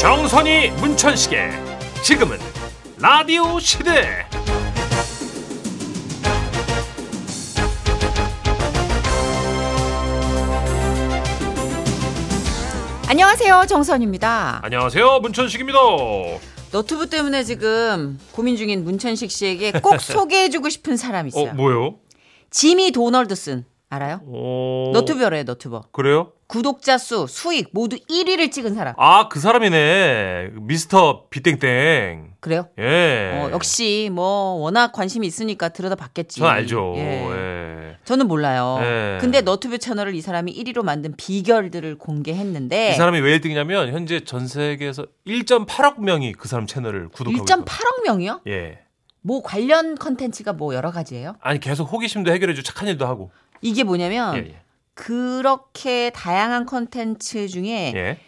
조선이 문천식의 지금은 라디오 시대 안녕하세요 아. 정선입니다. 안녕하세요 문천식입니다 어, 너튜브 때문에 지금 고민 중인 문천식 씨에게 꼭 소개해주고 싶은 사람이 어 있어요. 뭐요? 지미 도널드슨 알아요? 어... 너튜버래요 너튜버. 그래요? 구독자 수, 수익 모두 1위를 찍은 사람. 아 그 사람이네 미스터 비땡땡 그래요? 예 어, 역시 뭐 워낙 관심이 있으니까 들여다봤겠지. 전 알죠 예. 예. 저는 몰라요. 예. 근데 너튜브 채널을 이 사람이 1위로 만든 비결들을 공개했는데 이 사람이 왜 1등이냐면 현재 전 세계에서 1.8억 명이 그 사람 채널을 구독하고 있거든요. 1.8억 명이요? 예. 뭐 관련 컨텐츠가 뭐 여러 가지예요? 아니 계속 호기심도 해결해주고 착한 일도 하고 이게 뭐냐면 예, 예. 그렇게 다양한 컨텐츠 중에 예.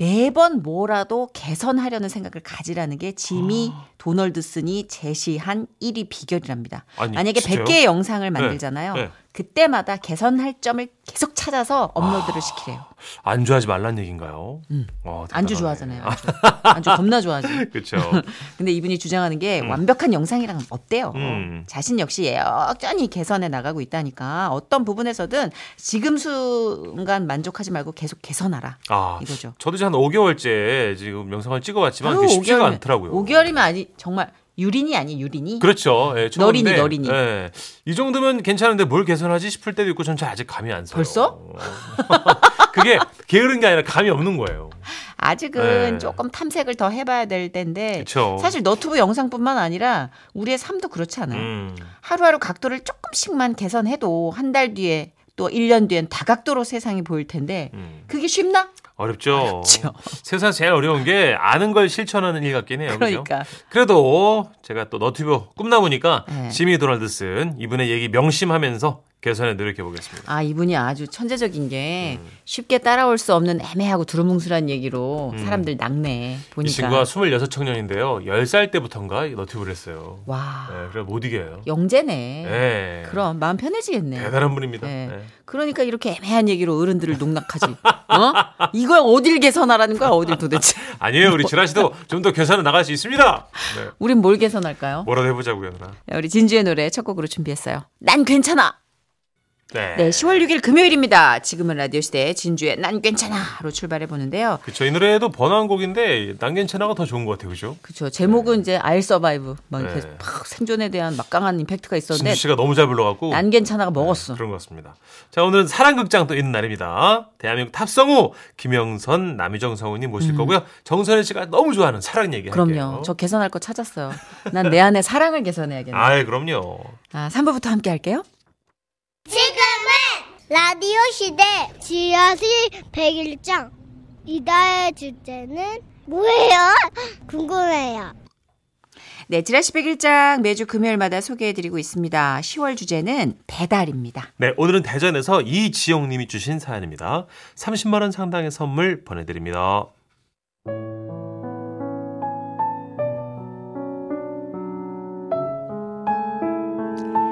매번 뭐라도 개선하려는 생각을 가지라는 게 지미 아. 도널드슨이 제시한 1위 비결이랍니다. 아니, 만약에 진짜요? 100개의 영상을 만들잖아요. 네. 그때마다 개선할 점을 계속 찾아서 업로드를 시키래요. 안주하지 말란 얘기인가요? 어, 대단하네. 음. 안주 좋아하잖아요. 안주, 안주 겁나 좋아하지. 그렇죠. 근데 이분이 주장하는 게 완벽한 영상이랑 없대요. 음. 자신 역시 여전히 개선해 나가고 있다니까 어떤 부분에서든 지금 순간 만족하지 말고 계속 개선하라. 아, 이거죠. 저도 이제 한 5개월째 지금 영상을 찍어왔지만 아유, 그게 쉽지가 오개월이면- 않더라고요. 5개월이면 아니 정말 유린이 아니 유린이. 그렇죠. 예, 초보인데, 너린이, 너린이. 예, 이 정도면 괜찮은데 뭘 개선하지 싶을 때도 있고 전 잘 아직 감이 안 서요. 벌써? 그게 게으른 게 아니라 감이 없는 거예요. 아직은 네. 조금 탐색을 더 해봐야 될 텐데 그렇죠. 사실 너튜브 영상뿐만 아니라 우리의 삶도 그렇잖아요. 음. 하루하루 각도를 조금씩만 개선해도 한 달 뒤에 또 1년 뒤엔 다각도로 세상이 보일 텐데 음. 그게 쉽나? 어렵죠. 어렵죠. 세상에서 제일 어려운 게 아는 걸 실천하는 일 같긴 해요. 그죠? 그러니까. 그래도 제가 또 너튜브 꿈나무니까 네. 지미 도널드슨 이분의 얘기 명심하면서 개선에 노력해 보겠습니다. 아 이분이 아주 천재적인 게 음. 쉽게 따라올 수 없는 애매하고 두루뭉술한 얘기로 사람들 낙내 음. 이 친구가 보니까 26 청년인데요. 10살 때부터인가 너튜브를 했어요. 와 네, 그래 못 이겨요. 영재네. 네. 그럼 마음 편해지겠네. 대단한 분입니다. 네. 네. 그러니까 이렇게 애매한 얘기로 어른들을 농락하지. 어? 이걸 어딜 개선하라는 거야? 어딜 도대체? 아니에요. 뭐- 우리 지라 씨도 좀 더 개선을 나갈 수 있습니다. 네. 우린 뭘 개선할까요? 네, 뭐라도 해보자고요, 누나. 우리 진주의 노래 첫 곡으로 준비했어요. 난 괜찮아. 네. 네, 10월 6일 금요일입니다. 지금은 라디오 시대 진주의 난 괜찮아로 출발해 보는데요. 그쵸. 이 노래도 번화한 곡인데 난 괜찮아가 더 좋은 것 같아요. 그죠? 그렇죠. 제목은 이제 알 서바이브 막 이렇게 네. 팍 생존에 대한 막강한 임팩트가 진주 있었는데 네, 씨가 너무 잘 불러갖고 난 괜찮아가 먹었어. 그런 것 같습니다. 자, 오늘은 사랑극장 또 있는 날입니다. 대한민국 탑성우 김영선, 남희정 성우님 모실 거고요. 정선혜 씨가 너무 좋아하는 사랑 얘기 할게요. 음. 그럼요. 저 개선할 거 찾았어요. 난 내 안에 사랑을 개선해야겠네. 아이, 그럼요. 아, 3부부터 함께 할게요. 라디오 시대 지하실 101장 이다의 주제는 뭐예요? 궁금해요. 네, 지라시 백일장 매주 금요일마다 소개해드리고 있습니다. 10월 주제는 배달입니다. 네, 오늘은 대전에서 이지영 님이 주신 사연입니다. 30만 원 상당의 선물 보내 드립니다.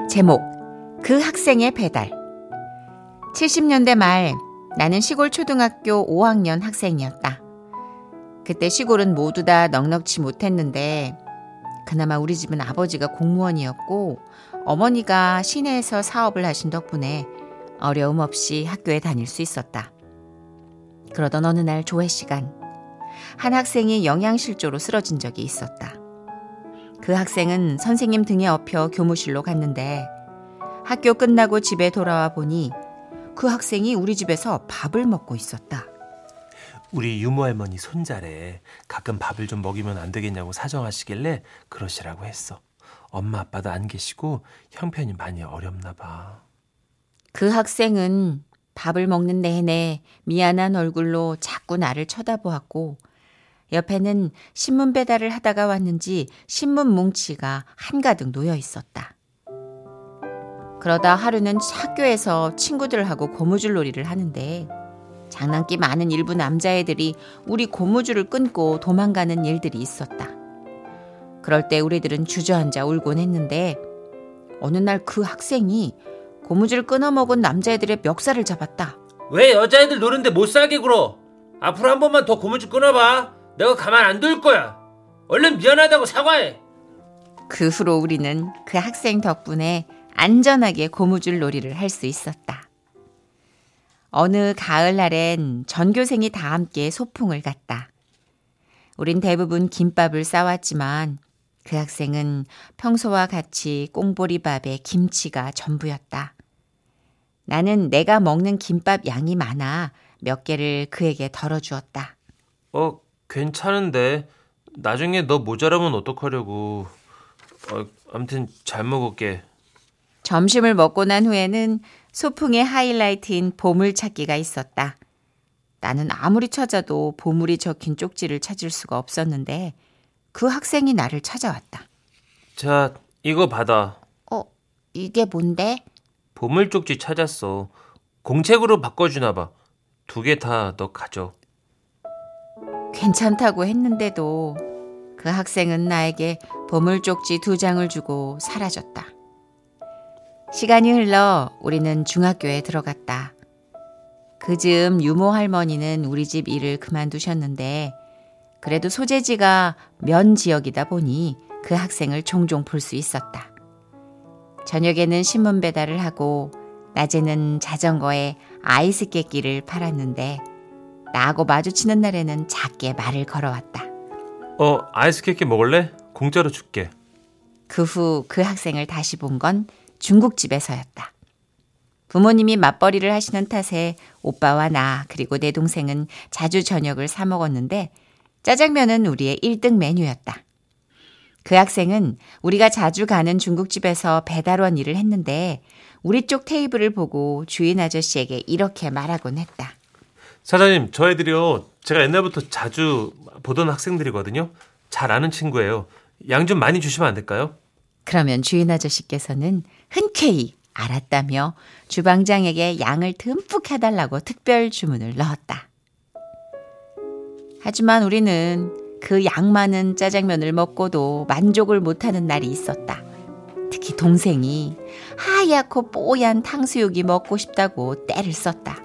제목 그 학생의 배달 70년대 말 나는 시골 초등학교 5학년 학생이었다. 그때 시골은 모두 다 넉넉치 못했는데 그나마 우리 집은 아버지가 공무원이었고 어머니가 시내에서 사업을 하신 덕분에 어려움 없이 학교에 다닐 수 있었다. 그러던 어느 날 조회 시간 한 학생이 영양실조로 쓰러진 적이 있었다. 그 학생은 선생님 등에 업혀 교무실로 갔는데 학교 끝나고 집에 돌아와 보니 그 학생이 우리 집에서 밥을 먹고 있었다. 우리 유모 할머니 손자래. 가끔 밥을 좀 먹이면 안 되겠냐고 사정하시길래 그러시라고 했어. 엄마 아빠도 안 계시고 형편이 많이 어렵나 봐. 그 학생은 밥을 먹는 내내 미안한 얼굴로 자꾸 나를 쳐다보았고 옆에는 신문 배달을 하다가 왔는지 신문 뭉치가 한가득 놓여 있었다. 그러다 하루는 학교에서 친구들하고 고무줄 놀이를 하는데 장난기 많은 일부 남자애들이 우리 고무줄을 끊고 도망가는 일들이 있었다. 그럴 때 우리들은 주저앉아 울곤 했는데 어느 날 그 학생이 고무줄 끊어먹은 남자애들의 멱살을 잡았다. 왜 여자애들 노는데 못 살게 굴어? 앞으로 한 번만 더 고무줄 끊어봐. 내가 가만 안 둘 거야. 얼른 미안하다고 사과해. 그 후로 우리는 그 학생 덕분에 안전하게 고무줄 놀이를 할 수 있었다. 어느 가을날엔 전교생이 다 함께 소풍을 갔다. 우린 대부분 김밥을 싸왔지만 그 학생은 평소와 같이 꽁보리밥에 김치가 전부였다. 나는 내가 먹는 김밥 양이 많아 몇 개를 그에게 덜어주었다. 어, 괜찮은데. 나중에 너 모자라면 어떡하려고. 어, 아무튼 잘 먹을게. 점심을 먹고 난 후에는 소풍의 하이라이트인 보물찾기가 있었다. 나는 아무리 찾아도 보물이 적힌 쪽지를 찾을 수가 없었는데 그 학생이 나를 찾아왔다. 자, 이거 받아. 어, 이게 뭔데? 보물 쪽지 찾았어. 공책으로 바꿔주나 봐. 두 개 다 너 가져. 괜찮다고 했는데도 그 학생은 나에게 보물 쪽지 두 장을 주고 사라졌다. 시간이 흘러 우리는 중학교에 들어갔다. 그 즈음 유모 할머니는 우리 집 일을 그만두셨는데 그래도 소재지가 면 지역이다 보니 그 학생을 종종 볼 수 있었다. 저녁에는 신문 배달을 하고 낮에는 자전거에 아이스깨끼를 팔았는데 나하고 마주치는 날에는 작게 말을 걸어왔다. 어, 아이스 케이크 먹을래? 공짜로 줄게. 그 후 그 학생을 다시 본 건 중국집에서였다. 부모님이 맞벌이를 하시는 탓에 오빠와 나 그리고 내 동생은 자주 저녁을 사 먹었는데 짜장면은 우리의 1등 메뉴였다. 그 학생은 우리가 자주 가는 중국집에서 배달원 일을 했는데 우리 쪽 테이블을 보고 주인 아저씨에게 이렇게 말하곤 했다. 사장님, 저 애들이요. 제가 옛날부터 자주 보던 학생들이거든요. 잘 아는 친구예요. 양 좀 많이 주시면 안 될까요? 그러면 주인 아저씨께서는 흔쾌히 알았다며 주방장에게 양을 듬뿍 해달라고 특별 주문을 넣었다. 하지만 우리는 그 양 많은 짜장면을 먹고도 만족을 못하는 날이 있었다. 특히 동생이 하얗고 뽀얀 탕수육이 먹고 싶다고 떼를 썼다.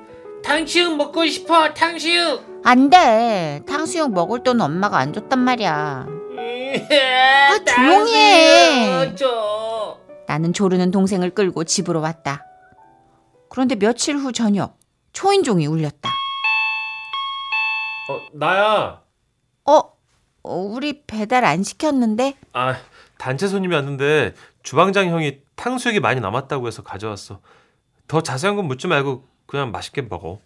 탕수육 먹고 싶어, 탕수육. 안 돼. 탕수육 먹을 돈 엄마가 안 줬단 말이야. 아, 조용히 해. 어, 줘. 나는 조르는 동생을 끌고 집으로 왔다. 그런데 며칠 후 저녁 초인종이 울렸다. 어, 나야. 어, 어, 우리 배달 안 시켰는데? 아, 단체 손님이 왔는데 주방장 형이 탕수육이 많이 남았다고 해서 가져왔어. 더 자세한 건 묻지 말고 그냥 맛있게 먹어.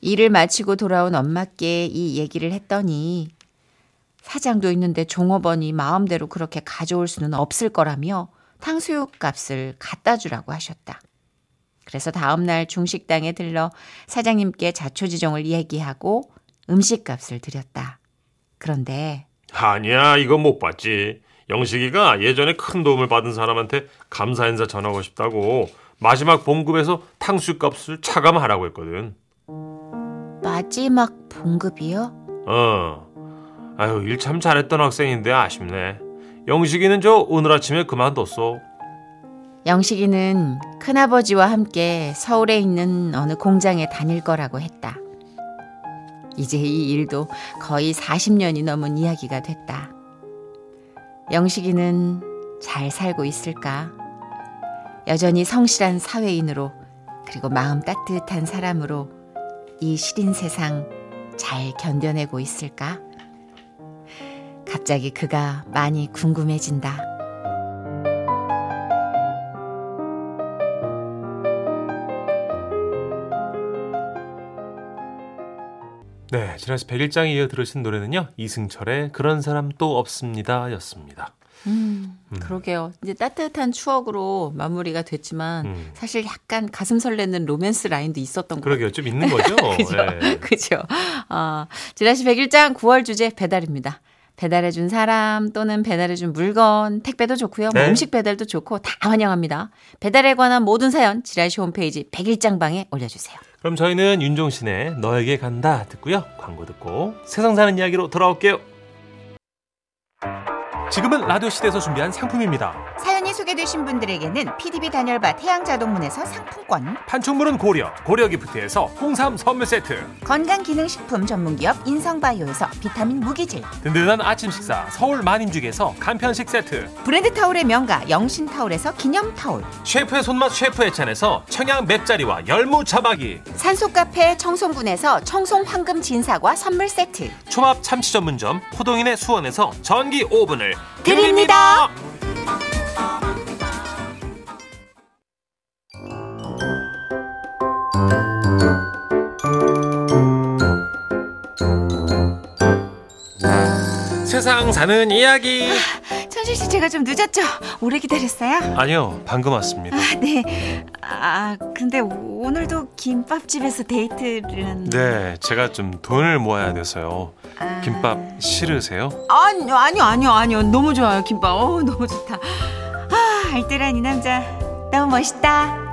일을 마치고 돌아온 엄마께 이 얘기를 했더니 사장도 있는데 종업원이 마음대로 그렇게 가져올 수는 없을 거라며 탕수육 값을 갖다 주라고 하셨다. 그래서 다음 날 중식당에 들러 사장님께 자초지종을 얘기하고 음식값을 드렸다. 그런데 아니야, 이거 못 봤지. 영식이가 예전에 큰 도움을 받은 사람한테 감사 인사 전하고 싶다고 마지막 봉급에서 탕수육 값을 차감하라고 했거든. 마지막 봉급이요? 어. 아유, 일 참 잘했던 학생인데 아쉽네. 영식이는 저 오늘 아침에 그만뒀어. 영식이는 큰아버지와 함께 서울에 있는 어느 공장에 다닐 거라고 했다. 이제 이 일도 거의 40년이 넘은 이야기가 됐다. 영식이는 잘 살고 있을까? 여전히 성실한 사회인으로 그리고 마음 따뜻한 사람으로 이 시린 세상 잘 견뎌내고 있을까? 갑자기 그가 많이 궁금해진다. 네, 지난시 101장에 이어 들으신 노래는요. 이승철의 그런 사람 또 없습니다 였습니다. 음, 그러게요. 이제 따뜻한 추억으로 마무리가 됐지만 음. 사실 약간 가슴 설레는 로맨스 라인도 있었던 것 그러게요. 좀 있는 거죠? 예. 그죠? 같아요. 그죠? 아, 지라시 101장 9월 주제 배달입니다. 배달해준 사람 또는 배달해준 물건, 택배도 좋고요. 뭐 네. 음식 배달도 좋고 다 환영합니다. 배달에 관한 모든 사연 지라시 홈페이지 101장방에 올려주세요. 그럼 저희는 윤종신의 너에게 간다 듣고요. 광고 듣고 세상 사는 이야기로 돌아올게요. 지금은 라디오 시대에서 준비한 상품입니다. 사연이 사연이 소개되신 분들에게는 PDB 단열바 태양자동문에서 상품권, 판촉물은 고려, 고려기프트에서 홍삼 선물 세트, 건강기능식품 전문기업 인성바이오에서 비타민 무기질, 든든한 아침 식사 서울 만인죽에서 간편식 세트, 브랜드 타올의 명가 영신타올에서 기념타올, 셰프의 손맛 셰프 애찬에서 청양 맵자리와 열무 차박이, 산소카페 청송군에서 청송황금 진사과 선물 세트 초밥 참치 전문점 포동인의 수원에서 전기 오븐을 드립니다. 세상 사는 이야기. 천실 씨 제가 좀 늦었죠? 오래 기다렸어요? 아니요, 방금 왔습니다. 아, 네. 아, 근데 오늘도 김밥집에서 데이트를 한... 네, 제가 좀 돈을 모아야 돼서요. 아. 김밥 싫으세요? 아니요, 아니요, 아니요, 아니요. 너무 좋아요, 김밥. 어, 너무 좋다. 아, 알뜰한 이 남자. 너무 멋있다.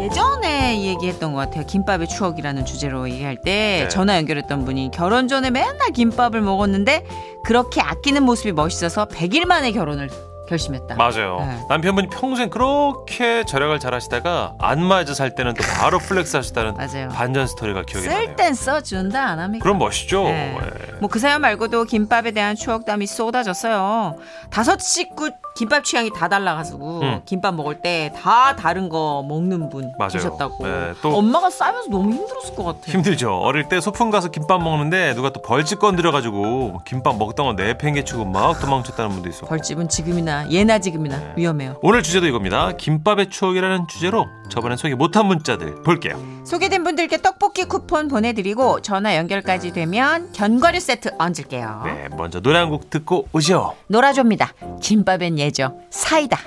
예전에 얘기했던 것 같아요. 김밥의 추억이라는 주제로 얘기할 때 네. 전화 연결했던 분이 결혼 전에 맨날 김밥을 먹었는데 그렇게 아끼는 모습이 멋있어서 100일 만에 결혼을 결심했다. 맞아요. 네. 남편분이 평생 그렇게 절약을 잘 하시다가 안 맞아 살 때는 또 바로 플렉스 하시다는 맞아요. 반전 스토리가 기억이 나네요. 쓸 땐 써준다 안 합니까? 그럼 멋있죠. 네. 예. 뭐 그 사연 말고도 김밥에 대한 추억담이 쏟아졌어요. 다섯 식구 김밥 취향이 다 달라가지고 음. 김밥 먹을 때 다 다른 거 먹는 분 맞아요. 계셨다고. 네, 또- 엄마가 싸면서 너무 힘들었을 것 같아요. 힘들죠. 어릴 때 소풍 가서 김밥 먹는데 누가 또 벌집 건드려가지고 김밥 먹던 거 내팽개치고 막 도망쳤다는 분도 있어. 벌집은 지금이나 예나 지금이나 네. 위험해요. 오늘 주제도 이겁니다. 김밥의 추억이라는 주제로 저번에 소개 못한 문자들 볼게요. 소개된 분들께 떡볶이 쿠폰 보내드리고 전화 연결까지 되면 견과류 세트 얹을게요. 네, 먼저 노래 한 곡 듣고 오시오. 놀아줍니다. 김밥엔 예죠. 사이다.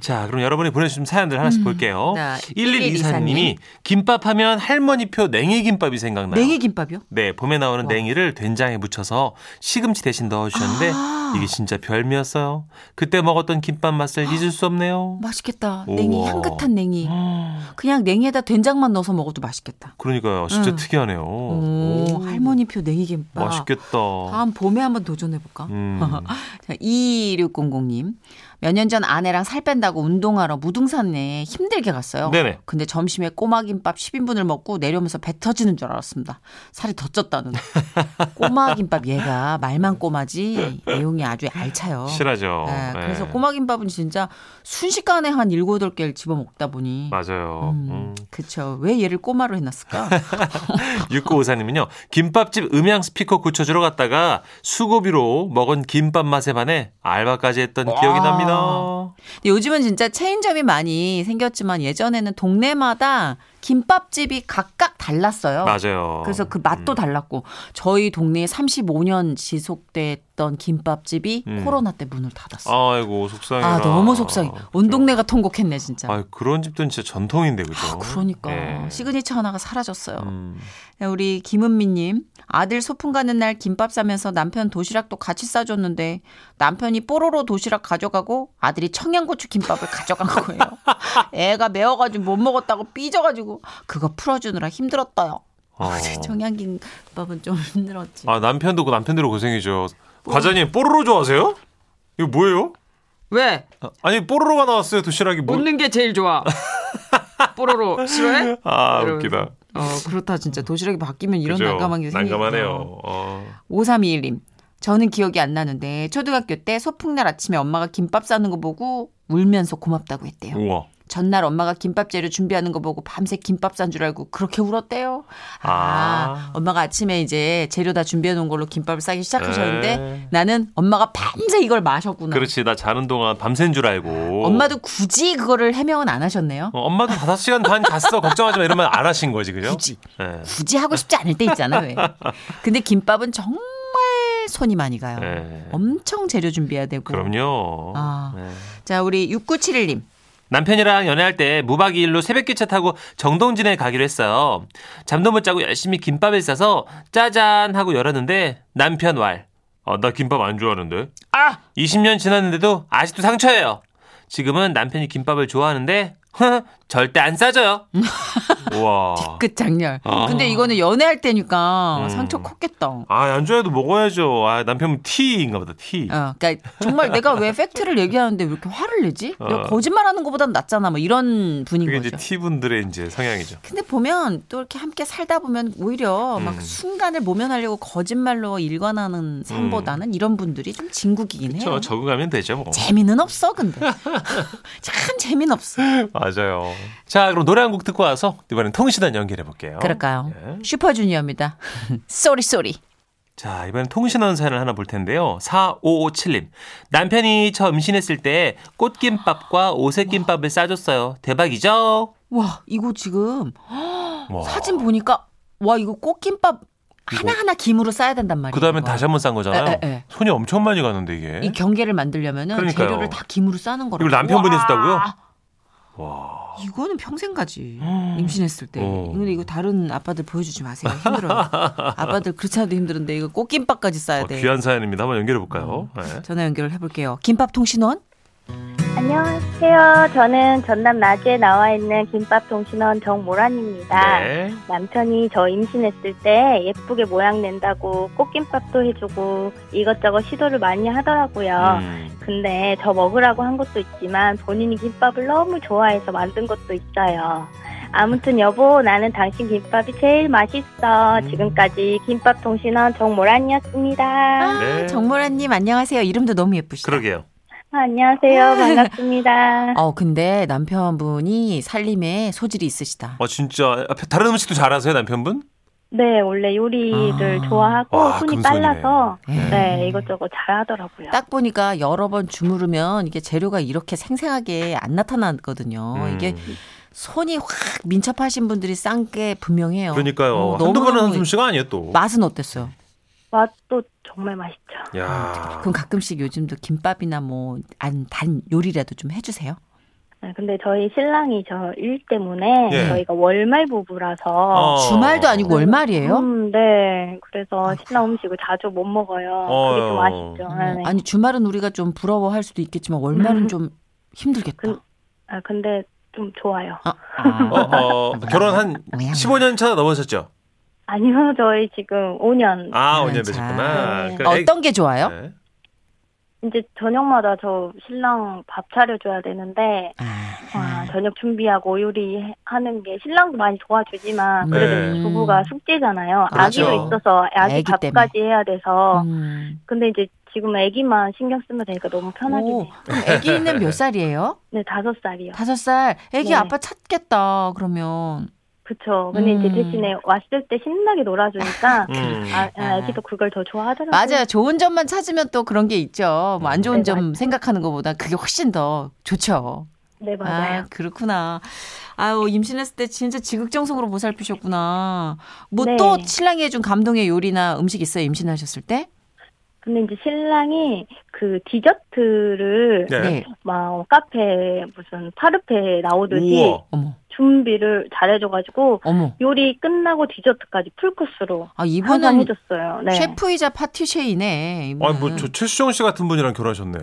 자, 그럼 여러분이 보내주신 사연들 하나씩 볼게요. 네, 1124님이 김밥하면 할머니표 냉이김밥이 생각나요. 냉이 김밥이요? 네, 봄에 어. 나오는 냉이를 된장에 묻혀서 시금치 대신 넣어주셨는데 아. 이게 진짜 별미였어요. 그때 먹었던 김밥 맛을 잊을 수 없네요. 맛있겠다. 우와. 냉이 향긋한 냉이. 그냥 냉이에다 된장만 넣어서 먹어도 맛있겠다. 그러니까요, 진짜 음. 특이하네요. 오, 할머니표 냉이김밥. 어, 맛있겠다. 다음 봄에 한번 도전해볼까? 음. 자, 2600님. 몇 년 전 아내랑 살 뺀다고 운동하러 무등산에 힘들게 갔어요. 네네. 근데 점심에 꼬마김밥 10인분을 먹고 내려오면서 배 터지는 줄 알았습니다. 살이 더 쪘다는. 꼬마김밥 얘가 말만 꼬마지 내용이 아주 알차요. 실하죠. 네, 네. 그래서 꼬마김밥은 진짜 순식간에 한 7, 8개를 집어 먹다 보니. 맞아요. 음. 그쵸. 왜 얘를 꼬마로 해놨을까? 6954님은요, 김밥집 음향 스피커 고쳐주러 갔다가 수고비로 먹은 김밥 맛에 반해 알바까지 했던 기억이 납니다. 근데 요즘은 진짜 체인점이 많이 생겼지만 예전에는 동네마다 김밥집이 각각 달랐어요. 맞아요. 음. 그래서 그 맛도 달랐고 저희 동네에 35년 지속됐던 김밥집이 음. 코로나 때 문을 닫았어요. 아이고, 그렇죠. 속상해. 아, 너무 속상해. 온 동네가 통곡했네 진짜. 아 그런 집들은 진짜 전통인데, 그죠? 아, 그러니까 예. 시그니처 하나가 사라졌어요. 음. 네, 우리 김은미님 아들 소풍 가는 날 김밥 싸면서 남편 도시락도 같이 싸줬는데 남편이 뽀로로 도시락 가져가고 아들이 청양고추 김밥을 가져간 거예요. 애가 매워가지고 못 먹었다고 삐져가지고 그거 풀어주느라 힘들었어요. 어. 청양김밥은 좀 힘들었지. 아 남편도 그 남편대로 고생이죠. 과자님 뽀로로 좋아하세요? 이거 뭐예요? 왜? 아니 뽀로로가 나왔어요 도시락이 뭐? 웃는 게 제일 좋아. 뽀로로 싫어해? 아 이러면서. 웃기다. 어 그렇다 진짜 도시락이 바뀌면 이런 그죠? 난감한 게 생기죠. 난감하네요. 어. 5321님. 저는 기억이 안 나는데 초등학교 때 소풍날 아침에 엄마가 김밥 싸는 거 보고 울면서 고맙다고 했대요. 우와. 전날 엄마가 김밥 재료 준비하는 거 보고 밤새 김밥 싼 줄 알고 그렇게 울었대요. 아, 아. 엄마가 아침에 이제 재료 다 준비해 놓은 걸로 김밥을 싸기 에이. 시작하셨는데 나는 엄마가 밤새 이걸 마셨구나. 네. 그렇지 나 자는 동안 밤샌 줄 알고. 엄마도 굳이 그거를 해명은 안 하셨네요. 어, 엄마도 5 시간 반 잤어 걱정하지 마 이러면 안 하신 거지 그죠? 굳이. 예. 굳이 하고 싶지 않을 때 있잖아. 왜. 근데 김밥은 정말 손이 많이 가요. 예. 엄청 재료 준비해야 되고. 그럼요. 아. 예. 자, 우리 6971님. 남편이랑 연애할 때 무박 2일로 새벽 기차 타고 정동진에 가기로 했어요. 잠도 못 자고 열심히 김밥을 싸서 짜잔 하고 열었는데 남편 왈. 아, 나 김밥 안 좋아하는데. 아! 20년 지났는데도 아직도 상처예요. 지금은 남편이 김밥을 좋아하는데 절대 안 싸져요. 우와. 끝장렬. 아. 근데 이거는 연애할 때니까 음. 상처 컸겠다. 어, 아, 안 좋아해도 먹어야죠. 아, 남편은 T인가 보다, T. 그러니까 정말 내가 왜 팩트를 얘기하는데 왜 이렇게 화를 내지? 내가 어. 거짓말하는 것보단 낫잖아. 뭐 이런 분인 그게 거죠. 이제 T분들의 이제 성향이죠. 근데 보면 또 이렇게 함께 살다 보면 오히려 음. 막 순간을 모면하려고 거짓말로 일관하는 삶보다는 이런 분들이 좀 진국이긴 해요. 저 적응하면 되죠, 뭐. 재미는 없어 근데 참 재미는 없어. 맞아요. 자, 그럼 노래 한 곡 듣고 와서 이번엔 통신단 연결해 볼게요. 그럴까요? 예. 슈퍼주니어입니다. 쏘리 쏘리. 자, 이번엔 통신원 사연을 하나 볼 텐데요. 4557님. 남편이 저 임신했을 때 꽃김밥과 오색김밥을 싸줬어요. 대박이죠? 와 이거 지금 와. 사진 보니까 와 이거 꽃김밥 하나 하나 김으로 싸야 된단 말이에요. 그 다음엔 이거. 다시 한 번 싼 거잖아요. 에, 에, 에. 손이 엄청 많이 가는데, 이게. 이 경계를 만들려면은 그러니까요. 재료를 다 김으로 싸는 거라. 이걸 남편분이 해준다고요? 어, 와. 이거는 평생 가지. 임신했을 때. 음. 어. 근데 이거 다른 아빠들 보여주지 마세요. 힘들어요. 아빠들 그렇지 않아도 힘들은데 이거 꽃김밥까지 싸야 어, 돼. 귀한 사연입니다. 한번 연결해 볼까요? 네. 전화 연결을 해볼게요. 김밥 통신원. 안녕하세요. 저는 전남 낮에 나와 있는 김밥 통신원 아, 정모란입니다. 네. 남편이 저 임신했을 때 예쁘게 모양 낸다고 꽃김밥도 해주고 이것저것 시도를 많이 하더라고요. 음. 근데 저 먹으라고 한 것도 있지만 본인이 김밥을 너무 좋아해서 만든 것도 있어요. 아무튼 여보 나는 당신 김밥이 제일 맛있어. 지금까지 김밥 통신원 정모란이었습니다. 아. 네. 정모라님 안녕하세요. 이름도 너무 예쁘시다. 그러게요. 안녕하세요. 반갑습니다. 어 근데 남편분이 살림에 소질이 있으시다. 어, 진짜. 아, 다른 음식도 잘하세요, 남편분? 네, 원래 요리를 아. 좋아하고 와, 손이 금손이네. 빨라서 예. 네, 이것저것 잘하더라고요. 딱 보니까 여러 번 주무르면 이게 재료가 이렇게 생생하게 안 나타나거든요. 음. 어, 이게 손이 확 민첩하신 분들이 싼 게 분명해요. 그러니까요. 어, 한두 너무너무 번은 한음식가 아니에요, 또. 맛은 어땠어요? 맛도 정말 맛있죠. 야. 그럼 가끔씩 요즘도 김밥이나 뭐 안 단 요리라도 좀 해주세요. 네, 근데 저희 신랑이 저 일 때문에 예. 저희가 월말 부부라서 어. 주말도 아니고 월말이에요? 음, 네. 그래서 신랑 음식을 자주 못 먹어요. 어. 그게 좀 아쉽죠. 어, 네. 음. 아니 주말은 우리가 좀 부러워할 수도 있겠지만 월말은 좀 힘들겠다. 그- 아, 근데 좀 좋아요. 아, 아. 어, 어, 결혼 한 15년 차 넘으셨죠? 아니요, 저희 지금 5년. 아, 5년 자. 되셨구나. 네. 그래, 그러니까 애- 음, 어떤 게 좋아요? 네. 이제 저녁마다 저 신랑 밥 차려줘야 되는데 와, 아, 저녁 준비하고 요리하는 게 신랑도 많이 도와주지만 그래도 네. 부부가 숙제잖아요. 그렇죠. 아기도 있어서 아기 아기 밥까지 해야 돼서 음. 근데 이제 지금 아기만 신경 쓰면 되니까 너무 편하긴 오, 해요. 그럼 아기는 몇 살이에요? 네, 다섯 살이요. 다섯 살. 아기 네. 아빠 찾겠다. 그러면 그쵸. 근데 이제 음. 대신에 왔을 때 신나게 놀아주니까 음. 아, 기도 그걸 더 좋아하더라고요. 맞아요. 좋은 점만 찾으면 또 그런 게 있죠. 뭐 안 좋은 네, 점 생각하는 것보다 그게 훨씬 더 좋죠. 네, 맞아요. 아, 그렇구나. 아유, 임신했을 때 진짜 지극정성으로 보살피셨구나. 뭐 네. 또 신랑이 해준 감동의 요리나 음식 있어요? 임신하셨을 때? 근데 이제 신랑이 그 디저트를 네. 막 카페 무슨 파르페 나오듯이 우와. 어머, 준비를 잘해줘가지고 어머. 요리 끝나고 디저트까지 풀코스로 아, 항상 이분은 해줬어요. 네. 셰프이자 파티셰이네. 이분은. 아니, 뭐, 저 최수정 씨 같은 분이랑 결혼하셨네.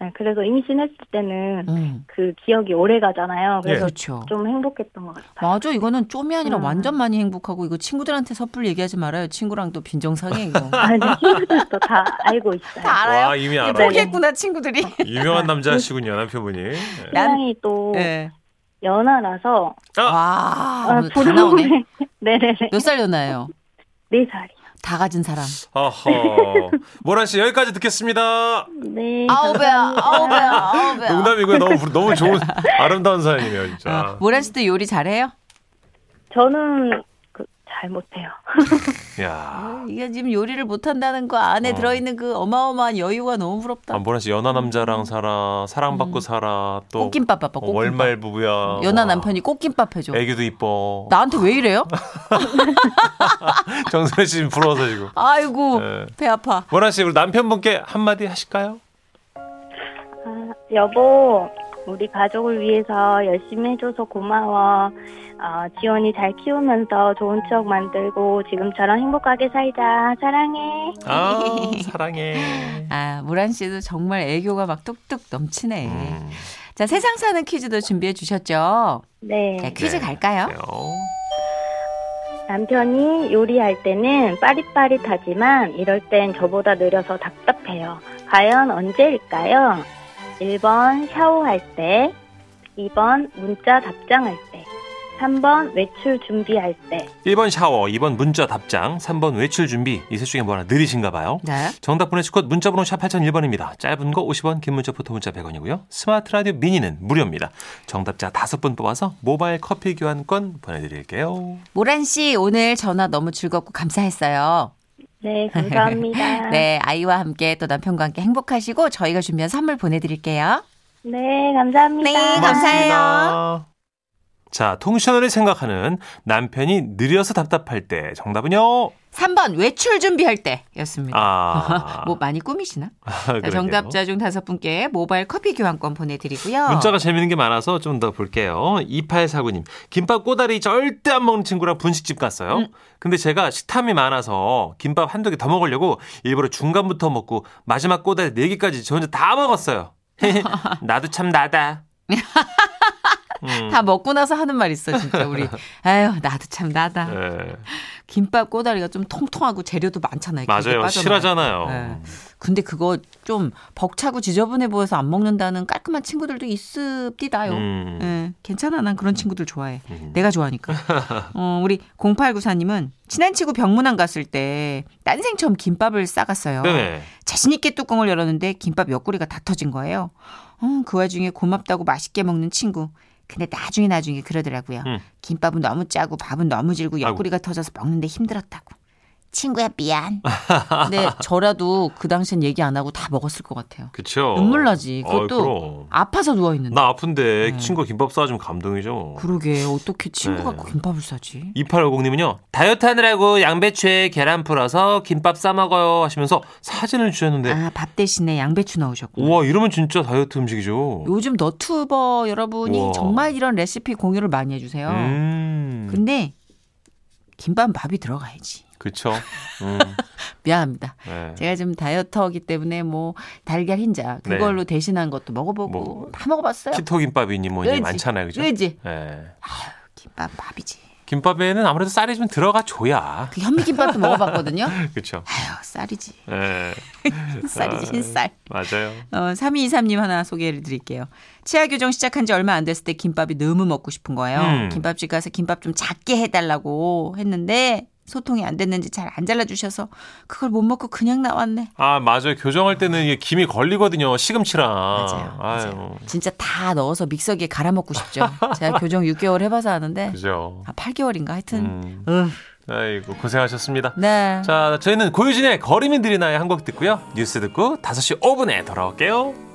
네, 그래서 임신했을 때는 음, 그 기억이 오래 가잖아요. 네. 그래서 그렇죠. 좀 행복했던 것 같아요. 맞아, 이거는 좀이 아니라 음. 완전 많이 행복하고, 이거 친구들한테 섣불리 얘기하지 말아요. 친구랑 또 빈정상해, 이거. 아, 근데 친구들도 다 알고 있어요. 다 알아요? 와, 이미 네, 알아요. 포기했구나, 네. 친구들이. 어. 유명한 남자시군요, 남편분이. 네. 난- 신랑이 또 예. 연하라서 와, 아, 오늘 다 나오네. 네네네 몇 살 연하예요? 네 살이요. 다 가진 사람. 어허. 모란 씨, 여기까지 듣겠습니다. 네. 아우배야, 아우배야, 아우배야. 농담이고요. 너무, 부러- 너무 좋은, 아름다운 사연이네요, 아, 진짜. 모란 씨도 요리 잘해요? 저는 그, 잘 못해요. 야 이게 지금 요리를 못한다는 거 안에 어. 들어있는 그 어마어마한 여유가 너무 부럽다. 아, 모란 씨, 연하 음. 남자랑 살아, 사랑받고 살아, 또. 꽃김밥 봐봐, 어, 꽃김밥. 월말 부부야. 뭐, 연하 와. 남편이 꽃김밥 해줘. 애기도 이뻐. 나한테 왜 이래요? 정선혜 씨 지금 부러워서 지금. 아이고, 예. 배 아파. 모란 씨, 우리 남편분께 한마디 하실까요? 아, 여보, 우리 가족을 위해서 열심히 해줘서 고마워. 어, 지원이 잘 키우면서 좋은 추억 만들고 지금처럼 행복하게 살자. 사랑해. 아, 사랑해. 아, 모란 씨도 정말 애교가 막 뚝뚝 넘치네. 음. 자, 세상 사는 퀴즈도 준비해 주셨죠? 네. 자, 퀴즈 네. 갈까요? 남편이 요리할 때는 빠릿빠릿하지만 이럴 땐 저보다 느려서 답답해요. 과연 언제일까요? 1번 샤워할 때, 2번 문자 답장할 때, 3번 외출 준비할 때. 1번 샤워, 2번 문자 답장, 3번 외출 준비. 이 셋 중에 뭐 하나 느리신가 봐요. 네. 정답 보내실 곳 문자번호 샵 8001번입니다. 짧은 거 50원, 긴 문자 포토 문자 100원이고요. 스마트 라디오 미니는 무료입니다. 정답자 5분 뽑아서 모바일 커피 교환권 보내드릴게요. 모란 씨, 오늘 전화 너무 즐겁고 감사했어요. 네, 감사합니다. 네, 아이와 함께 또 남편과 함께 행복하시고 저희가 준비한 선물 보내드릴게요. 네, 감사합니다. 네, 감사합니다. 감사해요. 자, 통신원이 생각하는 남편이 느려서 답답할 때 정답은요? 3번 외출 준비할 때였습니다. 아, 뭐 많이 꾸미시나? 자, 그러게요. 정답자 중 다섯 분께 모바일 커피 교환권 보내드리고요. 문자가 재밌는 게 많아서 좀 더 볼게요. 2849님. 김밥 꼬다리 절대 안 먹는 친구랑 분식집 갔어요. 근데 제가 식탐이 많아서 김밥 한두 개 더 먹으려고 일부러 중간부터 먹고 마지막 꼬다리 네개까지저 혼자 다 먹었어요. 나도 참 나다. 음. 다 먹고 나서 하는 말 있어 진짜 우리 아유 나도 참 나다 예, 김밥 꼬다리가 좀 통통하고 재료도 많잖아요 길게 맞아요. 빠져나가고. 실하잖아요. 네. 근데 그거 좀 벅차고 지저분해 보여서 안 먹는다는 깔끔한 친구들도 있습디다요 음. 예, 괜찮아 난 그런 친구들 좋아해 음. 내가 좋아하니까 어, 우리 0894님은 친한 친구 병문안 갔을 때 딴생 처음 김밥을 싸갔어요 네네. 자신있게 뚜껑을 열었는데 김밥 옆구리가 다 터진 거예요. 어, 그 와중에 고맙다고 맛있게 먹는 친구. 근데 나중에 나중에 그러더라고요. 음. 김밥은 너무 짜고 밥은 너무 질고 옆구리가 터져서 먹는데 힘들었다고. 친구야 미안. 근데 저라도 그 당시엔 얘기 안 하고 다 먹었을 것 같아요. 그쵸. 눈물 나지. 아, 그것도 그럼. 아파서 누워있는데. 나 아픈데 네. 친구가 김밥 싸주면 감동이죠. 그러게 어떻게 친구 네. 갖고 김밥을 싸지? 2850님은요. 다이어트 하느라고 양배추에 계란 풀어서 김밥 싸 먹어요 하시면서 사진을 주셨는데 아 밥 대신에 양배추 넣으셨고. 네. 우와 이러면 진짜 다이어트 음식이죠. 요즘 너튜버 여러분이 우와. 정말 이런 레시피 공유를 많이 해주세요. 음. 근데 김밥 밥이 들어가야지. 그쵸. 음. 미안합니다. 네. 제가 지금 다이어터기 때문에 뭐 달걀 흰자 그걸로 대신한 것도 먹어보고 네. 뭐, 다 먹어봤어요. 키토 김밥이니 뭐니 그렇지. 많잖아요, 그죠? 그지 예. 김밥 밥이지. 김밥에는 아무래도 쌀이 좀 들어가 줘야. 그 현미김밥도 먹어봤거든요. 그쵸. 아유 쌀이지. 예. 흰쌀이지 흰쌀. 맞아요. 어, 3223님 하나 소개를 드릴게요. 치아 교정 시작한 지 얼마 안 됐을 때 김밥이 너무 먹고 싶은 거예요. 음. 김밥집 가서 김밥 좀 작게 해달라고 했는데 소통이 안 됐는지 잘 안 잘라주셔서 그걸 못 먹고 그냥 나왔네. 아, 맞아요. 교정할 때는 이게 김이 걸리거든요. 시금치랑. 맞아요. 맞아요. 아유. 진짜 다 넣어서 믹서기에 갈아 먹고 싶죠. 제가 교정 6개월 해봐서 아는데 그죠. 아, 8개월인가 하여튼 음. 으, 아이고, 고생하셨습니다. 네. 자, 저희는 고유진의 거리민들이 나의 한 곡 듣고요. 뉴스 듣고 5시 5분에 돌아올게요.